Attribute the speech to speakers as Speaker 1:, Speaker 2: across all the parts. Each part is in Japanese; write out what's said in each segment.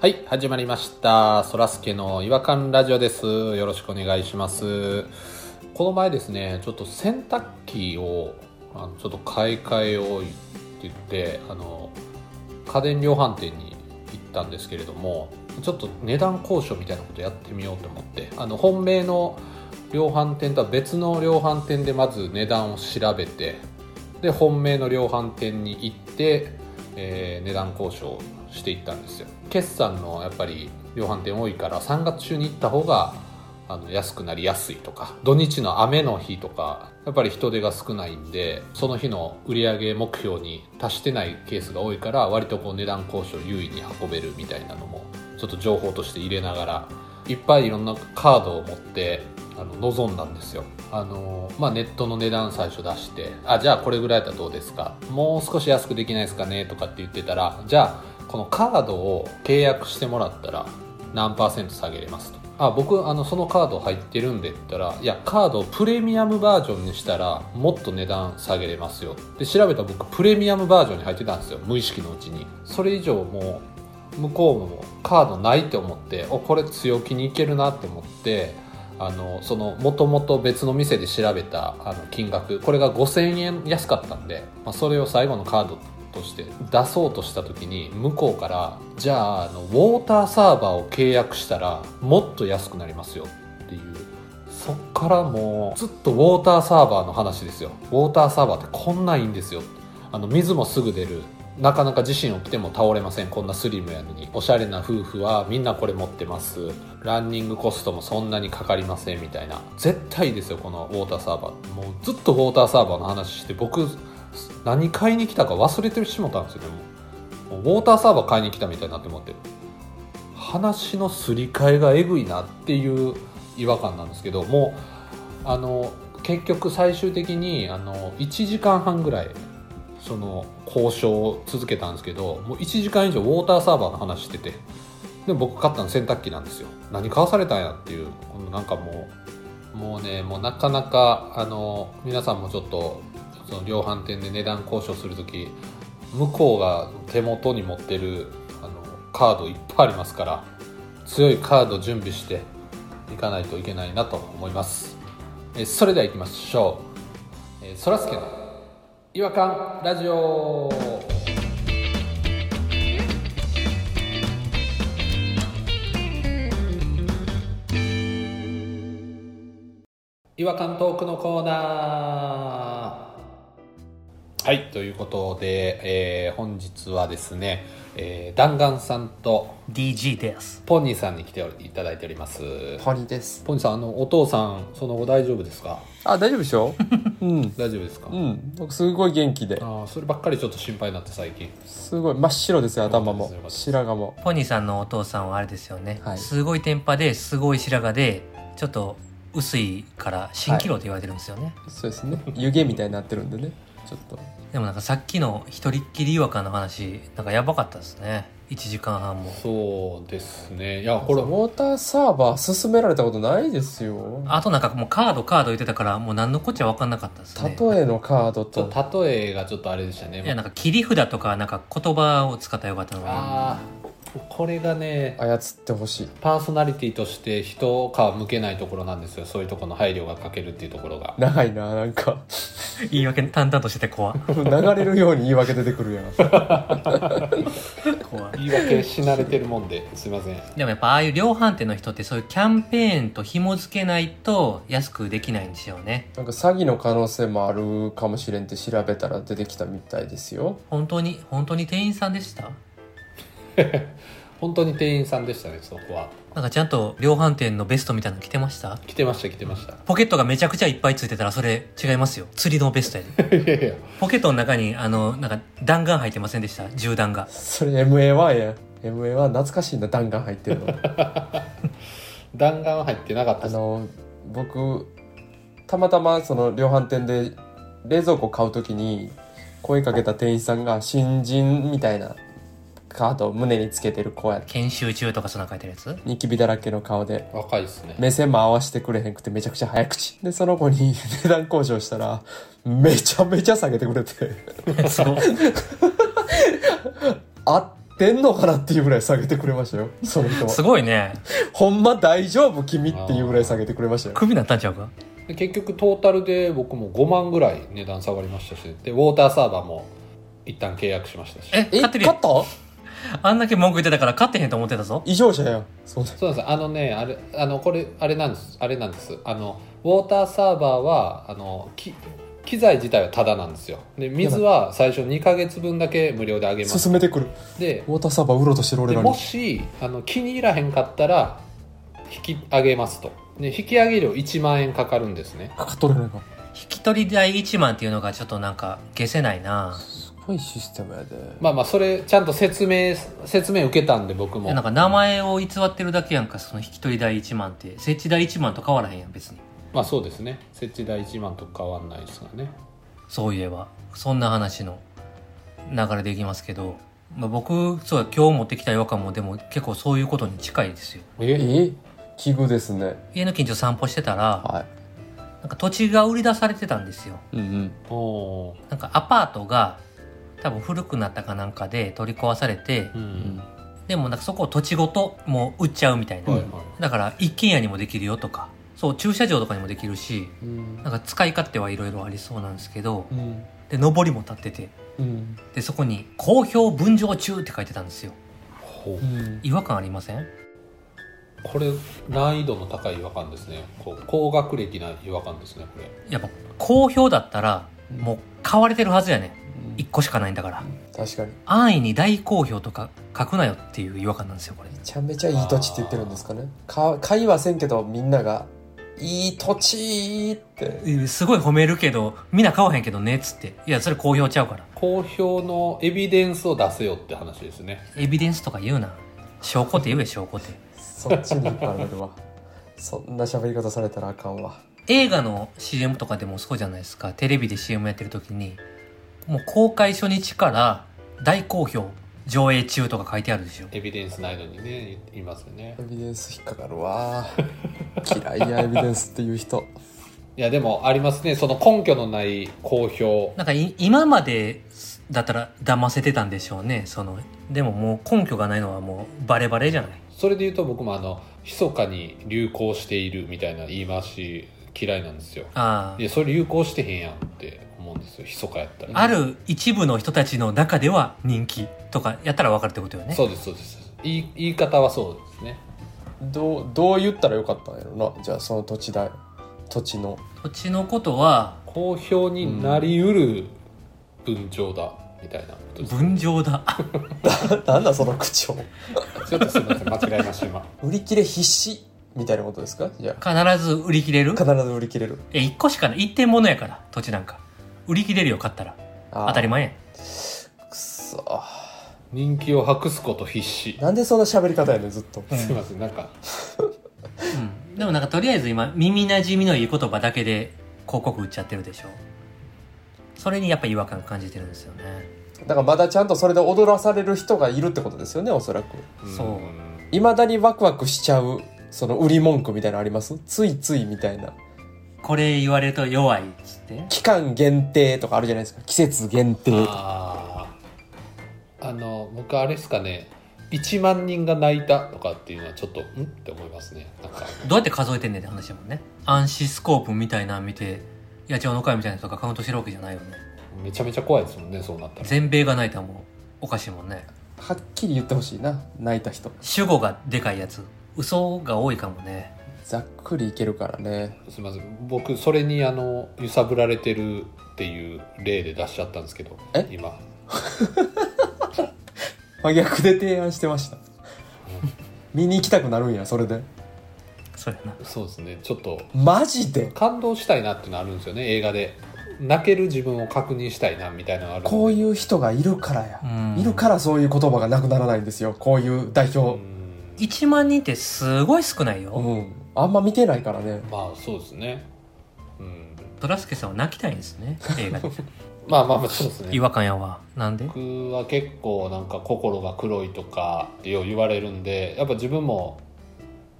Speaker 1: はい、始まりました。そらすけの違和感ラジオです。よろしくお願いします。この前ですね、ちょっと洗濯機をあのちょっと買い替えをいって言って、あの家電量販店に行ったんですけれども、ちょっと値段交渉みたいなことやってみようと思って、あの本命の量販店とは別の量販店でまず値段を調べて、で本命の量販店に行って、えー値段交渉していったんですよ決算のやっぱり量販店多いから3月中に行った方があの安くなりやすいとか土日の雨の日とかやっぱり人手が少ないんでその日の売上目標に達してないケースが多いから割とこう値段交渉優位に運べるみたいなのもちょっと情報として入れながらいっぱいいろんなカードを持ってあの望んだんですよあの、まあ、ネットの値段最初出して「あじゃあこれぐらいだったらどうですかもう少し安くできないですかね」とかって言ってたら「じゃあこのカードを契約してもらったら何パーセント下げれます」と「あ僕あのそのカード入ってるんで」って言ったら「いやカードをプレミアムバージョンにしたらもっと値段下げれますよ」で調べたら僕プレミアムバージョンに入ってたんですよ無意識のうちにそれ以上もう向こうもカードないって思っておこれ強気にいけるなって思ってあのそのもともと別の店で調べたあの金額これが5,000円安かったんで、まあ、それを最後のカードとして出そうとした時に向こうから「じゃああのウォーターサーバーを契約したらもっと安くなりますよ」っていうそっからもうずっとウォーターサーバーの話ですよウォーターサーバーってこんなんいいんですよあの水もすぐ出るなかなか地震起きても倒れませんこんなスリムやのにおしゃれな夫婦はみんなこれ持ってますランニングコストもそんなにかかりませんみたいな絶対いいですよこのウォーターサーバーもうずっとウォーターサーバーの話して僕何買いに来たか忘れてしもたんですよねもうもうウォーターサーバー買いに来たみたいになって思って話のすり替えがえぐいなっていう違和感なんですけどもうあの結局最終的にあの1時間半ぐらいその交渉を続けたんですけどもう1時間以上ウォーターサーバーの話しててでも僕買ったの洗濯機なんですよ何買わされたんやっていうこのなんかもうもうねもうなかなかあの皆さんもちょっとその量販店で値段交渉する時向こうが手元に持ってるあのカードいっぱいありますから強いカード準備していかないといけないなと思いますえーそれでは行きましょうえーそらすけの違和感ラジオ違和感トークのコーナーはいということで、えー本日はですね、えー、弾丸さんと
Speaker 2: DG です
Speaker 1: ポニーさんに来ておりいただいております
Speaker 3: ポニーです。
Speaker 1: ポニーさんあのお父さんその後大丈夫ですか
Speaker 3: あ、大丈夫でしょ うん。
Speaker 1: 大丈夫ですか、
Speaker 3: うん。僕すごい元気で。
Speaker 1: ああそればっかりちょっと心配になって最近
Speaker 3: すごい真っ白ですよ、頭
Speaker 1: よ
Speaker 3: も
Speaker 1: かった。です
Speaker 3: 白髪も。
Speaker 2: ポニーさんのお父さんはあれですよね、
Speaker 3: はい
Speaker 2: すごい天パですごい白髪でちょっと薄いから蜃気楼と言われてるんですよね、
Speaker 3: そうですね。湯気みたいになってるんでね。ちょっと。
Speaker 2: でもなんかさっきの一人っきり違和感の話なんかやばかったですね1時間半も
Speaker 1: そうですねいやこ
Speaker 3: これ、
Speaker 1: れ
Speaker 3: ウ
Speaker 1: も
Speaker 3: ォーターサーバー勧められたことないですよ。
Speaker 2: あとなんかもうカードカード言ってたからもう何のこっちゃ分かんなかったですね
Speaker 3: 例えのカード
Speaker 1: ちょ
Speaker 3: と
Speaker 1: っ。と例えがちょっとあれでしたね
Speaker 2: いやなんか切り札とかなんか言葉を使ったらよかったのに
Speaker 1: ああこれがね
Speaker 3: 操ってほしい。
Speaker 1: パーソナリティとして人を皮向けないところなんですよそういうところの配慮が欠けるっていうところが
Speaker 3: 長いな、なんか。
Speaker 2: 言い訳淡々としてて怖
Speaker 3: 流れるように言い訳出てくるやん。
Speaker 2: 怖
Speaker 1: 言い訳し慣れてるもんですいません
Speaker 2: でもやっぱああいう量販店の人ってそういうキャンペーンと紐付けないと安くできないんでしょうね
Speaker 3: なんか詐欺の可能性もあるかもしれんって調べたら出てきたみたいですよ。
Speaker 2: 本当に本当に店員さんでした
Speaker 1: 本当に店員さんでしたねそこは
Speaker 2: なんかちゃんと量販店のベストみたいなの着てました
Speaker 1: 来てました来てました
Speaker 2: ポケットがめちゃくちゃいっぱいついてたらそれ違いますよ釣りのベストや で
Speaker 1: いやいや
Speaker 2: ポケットの中にあのなんか弾丸入ってませんでした銃弾が
Speaker 3: それ MA1 や。MA1 懐かしいな、弾丸入ってるの。
Speaker 1: 弾丸は入ってなかった
Speaker 3: あ
Speaker 1: です
Speaker 3: の僕たまたまその量販店で冷蔵庫買う時に声かけた店員さんが新人みたいなカードを胸につけてる子や
Speaker 2: 研修中とかそんなの書いてるやつ
Speaker 3: ニキビだらけの顔で
Speaker 1: 若いですね
Speaker 3: 目線も合わせてくれへんくてめちゃくちゃ早口でその子に 値段交渉したらめちゃめちゃ下げてくれて
Speaker 2: すごい
Speaker 3: あっってんのかなっていうぐらい下げてくれましたよその人
Speaker 2: す
Speaker 3: は
Speaker 2: ごいね
Speaker 3: ほんま大丈夫君っていうぐらい下げてくれましたよ
Speaker 2: クビになったんちゃうか
Speaker 1: で結局トータルで僕も5万ぐらい値段下がりましたしでウォーターサーバーも一旦契約しましたし
Speaker 2: え
Speaker 3: え
Speaker 2: 勝って
Speaker 3: 勝
Speaker 2: る
Speaker 3: っ
Speaker 2: やん
Speaker 3: た
Speaker 2: あんだけ文句言ってたから勝ってへんと思ってたぞ
Speaker 3: 異常者やんそうだ
Speaker 1: そうなんですあのねあれあのこれあれなんですあれなんですあのウォーターサーバーはあのき機材自体はタダなんですよで水は最初2ヶ月分だけ無料であげます
Speaker 3: 進めてくる
Speaker 1: で
Speaker 3: ウォーターサーバー売ろうとしてる俺
Speaker 1: で
Speaker 3: ら
Speaker 1: も
Speaker 3: に
Speaker 1: しあの気に入らへんかったら引き上げますとで引き上げ料1万円かかるんですね
Speaker 3: かかっとるやないか
Speaker 2: 引き取り代1万っていうのがちょっとなんか消せないな
Speaker 3: すごいシステムやで
Speaker 1: まあまあそれちゃんと説明説明受けたんで僕も
Speaker 2: えなんか名前を偽ってるだけやんかその引き取り代1万って設置代1万と変わらへんやん別に
Speaker 1: まあそうですね設置代1万と変わんないですがね
Speaker 2: そういえばそんな話の流れでいきますけど、まあ、僕そうだ今日持ってきた違和感もでも結構そういうことに近いですよ
Speaker 1: え
Speaker 3: え器具ですね
Speaker 2: 家の近所散歩してたら
Speaker 3: は
Speaker 2: なんか土地が売り出されてたんですよ
Speaker 3: いうん
Speaker 1: おー
Speaker 2: なんかアパートが多分古くなったかなんかで取り壊されて
Speaker 1: うん、
Speaker 3: うん
Speaker 2: でもなんかそこを土地ごともう売っちゃうみたいな、
Speaker 1: はいは
Speaker 2: だから一軒家にもできるよとかそう駐車場とかにもできるし
Speaker 1: い、うん
Speaker 2: なんか使い勝手はいろいろありそうなんですけど
Speaker 3: うん
Speaker 2: で上りも立ってて
Speaker 3: うん
Speaker 2: でそこに「好評分譲中」って書いてたんですよ
Speaker 1: ほう
Speaker 3: うん
Speaker 2: 違和感ありません
Speaker 1: これ難易度の高い違和感ですねこう高学歴な違和感ですねこれ
Speaker 2: やっぱ好評だったらもう買われてるはずやね
Speaker 3: うん
Speaker 2: ん1個しかないんだから
Speaker 3: 確かに
Speaker 2: 安易に大好評とか書くなよっていう違和感なんですよこれ
Speaker 3: めちゃめちゃいい土地って言ってるんですかねか買いはせんけどみんなが「いい土地!」って
Speaker 2: えすごい褒めるけどみんな買わへんけどねっつっていやそれ好評ちゃうから
Speaker 1: 公表のエビデンスを出せよって話ですね
Speaker 2: エビデンスとか言うな証拠って言え証拠って
Speaker 3: そっちに引っ張られる わそんな喋り方されたらあかんわ
Speaker 2: 映画の CM とかでもそうじゃないですかテレビで CM やってる時にもう公開初日から大好評上映中とか書いてあるでしょ
Speaker 1: エビデンスないのにね言いますよね
Speaker 3: エビデンス引っかかるわ嫌いやエビデンスっていう人
Speaker 1: いやでもありますねその根拠のない公表
Speaker 2: なんかい今までだったら騙せてたんでしょうねそのでももう根拠がないのはもうバレバレじゃない
Speaker 1: それで言うと僕もあの密かに流行しているみたいな言い回し嫌いなんですよ
Speaker 2: あ
Speaker 1: いやそれ流行してへんやんって思うんですよ密かやったら
Speaker 2: あある一部の人たちの中では人気とかやったら分かるってことよね
Speaker 1: そうですそうです言い言い方はそうですね
Speaker 3: どうどう言ったらよかったんやろなじゃあその土地代土地の
Speaker 2: 土地のことは
Speaker 1: 公表になりうる文鳥だみたいなことです、
Speaker 2: 分譲だ
Speaker 3: なんだその口調
Speaker 1: ちょっとすみません間違えました 今
Speaker 3: 売り切れ必至みたいなことですかじゃあ
Speaker 2: 必ず売り切れる
Speaker 3: 必ず売り切れる
Speaker 2: え1個しかない一点物やから土地なんか売り切れるよ買ったら
Speaker 3: あー
Speaker 2: 当たり前やん
Speaker 3: くそ
Speaker 1: 人気を博すこと必至
Speaker 3: なんでそんな喋り方やねんずっと
Speaker 1: すみませんなんか
Speaker 2: うん、でもなんかとりあえず今耳なじみのいい言葉だけで広告売っちゃってるでしょそれにやっぱ違和感感じてるんですよね
Speaker 3: だからまだちゃんとそれで踊らされる人がいるってことですよねおそらく
Speaker 2: そうん
Speaker 3: いまだにワクワクしちゃうその売り文句みたいなのありますついついみたいな
Speaker 2: これ言われると弱いっつって
Speaker 3: 期間限定とかあるじゃないですか季節限定
Speaker 1: あああの僕あれですかね1万人が泣いたとかっていうのはちょっとんって思いますねなんか
Speaker 2: どうやって数えてんねんって話だもんね暗視スコープみたいなの見て野鳥の会みたいな人がカウントしてるわけじゃないよね
Speaker 1: めちゃめちゃ怖いですもんねそうなったら
Speaker 2: 全米が泣いたらもうおかしいもんね
Speaker 3: はっきり言ってほしいな泣いた人
Speaker 2: 主語がでかいやつ嘘が多いかもね
Speaker 3: ざっくりいけるからね
Speaker 1: すみません僕それにあの揺さぶられてるっていう例で出しちゃったんですけど
Speaker 3: え
Speaker 1: 今
Speaker 3: 真逆で提案して ました見に行きたくなるんやそれで
Speaker 2: そうやな
Speaker 1: そうですねちょっと
Speaker 3: マジで
Speaker 1: 感動したいなっていうのあるんですよね映画で泣ける自分を確認したいなみたいなのあるんで
Speaker 3: こういう人がいるからや
Speaker 2: うん
Speaker 3: いるからそういう言葉がなくならないんですよこういう代
Speaker 1: う
Speaker 3: 表
Speaker 1: ん
Speaker 2: 1万人ってすごい少ないうよ
Speaker 3: んあんま見てないからね
Speaker 1: まあそうですねうん
Speaker 2: ドラスケさんは泣きたいんです ね映画で
Speaker 1: まあまあまあそうですね
Speaker 2: 違和感やわなんで
Speaker 1: 僕は結構なんか心が黒いとかってよう言われるんでやっぱ自分も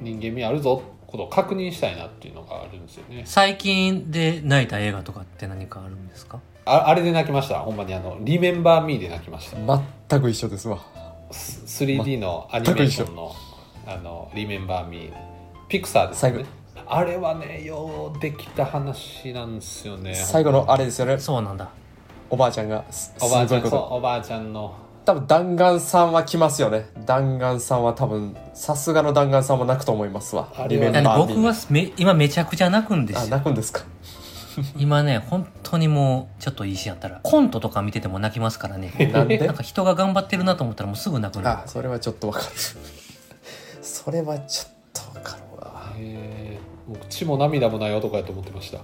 Speaker 1: 人間味あるぞことを確認したいなっていうのがあるんですよね
Speaker 2: 最近で泣いた映画とかって何かあるんですか
Speaker 1: ああれで泣きましたほんまにあの「リメンバー・ミー」で泣きました
Speaker 3: 全く一緒ですわ
Speaker 1: す 3D のアニメーションの「あのリメンバー・ミー」ピクサーですよねあれはねようできた話なんですよね
Speaker 3: 最後のあれですよね
Speaker 2: そうなんだ
Speaker 3: おばあちゃんがす
Speaker 1: おばあ
Speaker 3: す
Speaker 1: ち
Speaker 3: ご
Speaker 1: ゃ
Speaker 3: い
Speaker 1: ん
Speaker 3: こ
Speaker 1: そう
Speaker 3: と
Speaker 1: おばあちゃんの
Speaker 3: 多分弾丸さんは来ますよね弾丸さんは多分さすがの弾丸さんも泣くと思いますわ
Speaker 1: あれ
Speaker 3: リ
Speaker 1: は
Speaker 3: メ
Speaker 2: だ
Speaker 3: ンバ
Speaker 2: って
Speaker 3: ー
Speaker 2: 僕はめ今めちゃくちゃ泣くんで
Speaker 3: あ
Speaker 2: すよ
Speaker 3: 泣くんですか
Speaker 2: 今ね本当にもうちょっといいシーンやったらコントとか見てても泣きますからね
Speaker 3: なんで
Speaker 2: なんか人が頑張ってるなと思ったらもうすぐ泣く
Speaker 3: あ
Speaker 2: の
Speaker 3: それはちょっとわかる それはちょっとわかるわ
Speaker 1: えーもう血も涙もない男やと思ってました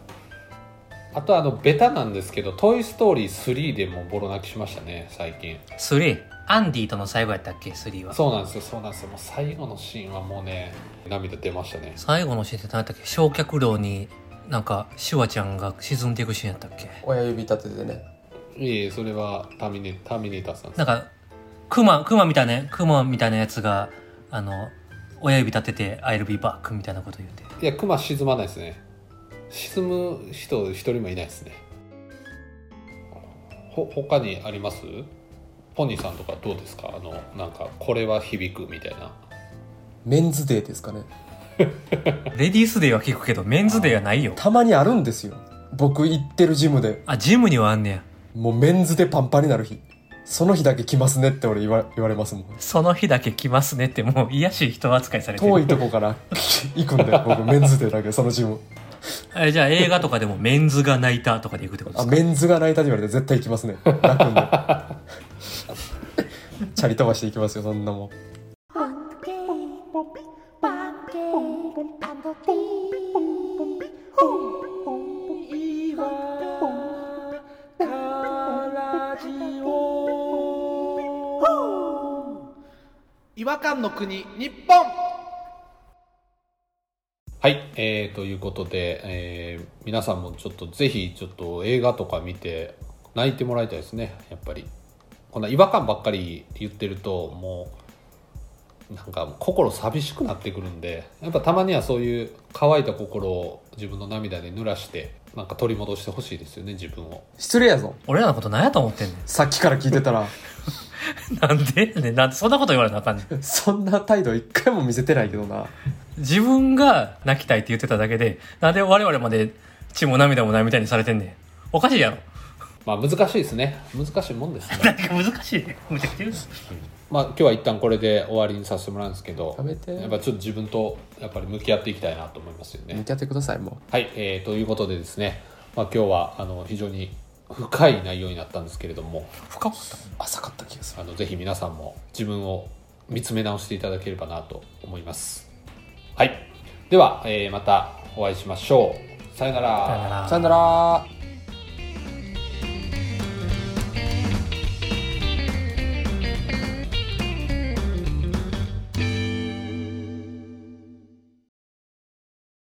Speaker 1: あとあのベタなんですけど「トイ・ストーリー3」でもボロ泣きしましたね最近
Speaker 2: 3アンディとの最後やったっけ3は
Speaker 1: そうなんですよそうなんですよもう最後のシーンはもうね涙出ましたね
Speaker 2: 最後のシーンって何やったっけ焼却炉になんかシュワちゃんが沈んでいくシーンやったっけ
Speaker 3: 親指立ててね
Speaker 1: いえいえそれはターミネターミネーターさんです
Speaker 2: なんかクマクマみたいなクマみたいなやつがあの親指立てて「I'll be back」みたいなこと言って
Speaker 1: いや熊沈まないですね沈む人一人もいないですねほ他にありますポニーさんとかどうですかあのなんかこれは響くみたいな
Speaker 3: メンズデーですかね
Speaker 2: レディースデーは聞くけどメンズデーはないよ
Speaker 3: たまにあるんですよ僕行ってるジムで
Speaker 2: あジムにはあんねや
Speaker 3: もうメンズでパンパンになる日その日だけ来ますねって俺言わ言われますもん
Speaker 2: その日だけ来ますねってもう癒やしい人扱いされて
Speaker 3: 遠
Speaker 2: る
Speaker 3: いとこから 行くんで僕メンズでだけそのジム
Speaker 2: えじゃあ映画とかでもメンズが泣いたとかで行くってことで
Speaker 3: あ
Speaker 2: すか
Speaker 3: メンズが泣いたって言われて絶対行きますね楽んで チャリ飛ばして行きますよそんなもん
Speaker 4: Hunky,
Speaker 5: 違和感の国日本
Speaker 1: はい、えー、ということで、えー皆さんもちょっとぜひちょっと映画とか見て泣いてもらいたいですねやっぱりこんな違和感ばっかり言ってるともうなんか心寂しくなってくるんでやっぱたまにはそういう乾いた心を自分の涙で濡らしてなんか取り戻してほしいですよね自分を
Speaker 3: 失礼やぞ
Speaker 2: 俺らのこと何やと思ってんね
Speaker 3: さっきから聞いてたら
Speaker 2: ん なんでやねんなんでそんなこと言われなあかんねん
Speaker 3: そんな態度一回も見せてないけどな
Speaker 2: 自分が泣きたいって言ってただけでなんで我々まで血も涙もないみたいにされてんねんおかしいやろ
Speaker 1: まあ難しいですね難しいもんですね
Speaker 2: なんか難しいねむちゃくちゃ言う
Speaker 1: まあ今日は一旦これで終わりにさせてもらうんですけど
Speaker 3: やめて
Speaker 1: やっぱちょっと自分とやっぱり向き合っていきたいなと思いますよね
Speaker 3: 向き合ってくださいも
Speaker 1: はい、えーということでですね、まあ、今日はあの非常に深い内容になったんですけれども
Speaker 2: 深かった
Speaker 3: う浅かった気がする
Speaker 1: あのぜひ皆さんも自分を見つめ直していただければなと思いますはいでは、えーまたお会いしましょうさよなら
Speaker 2: さよなら
Speaker 3: さよなら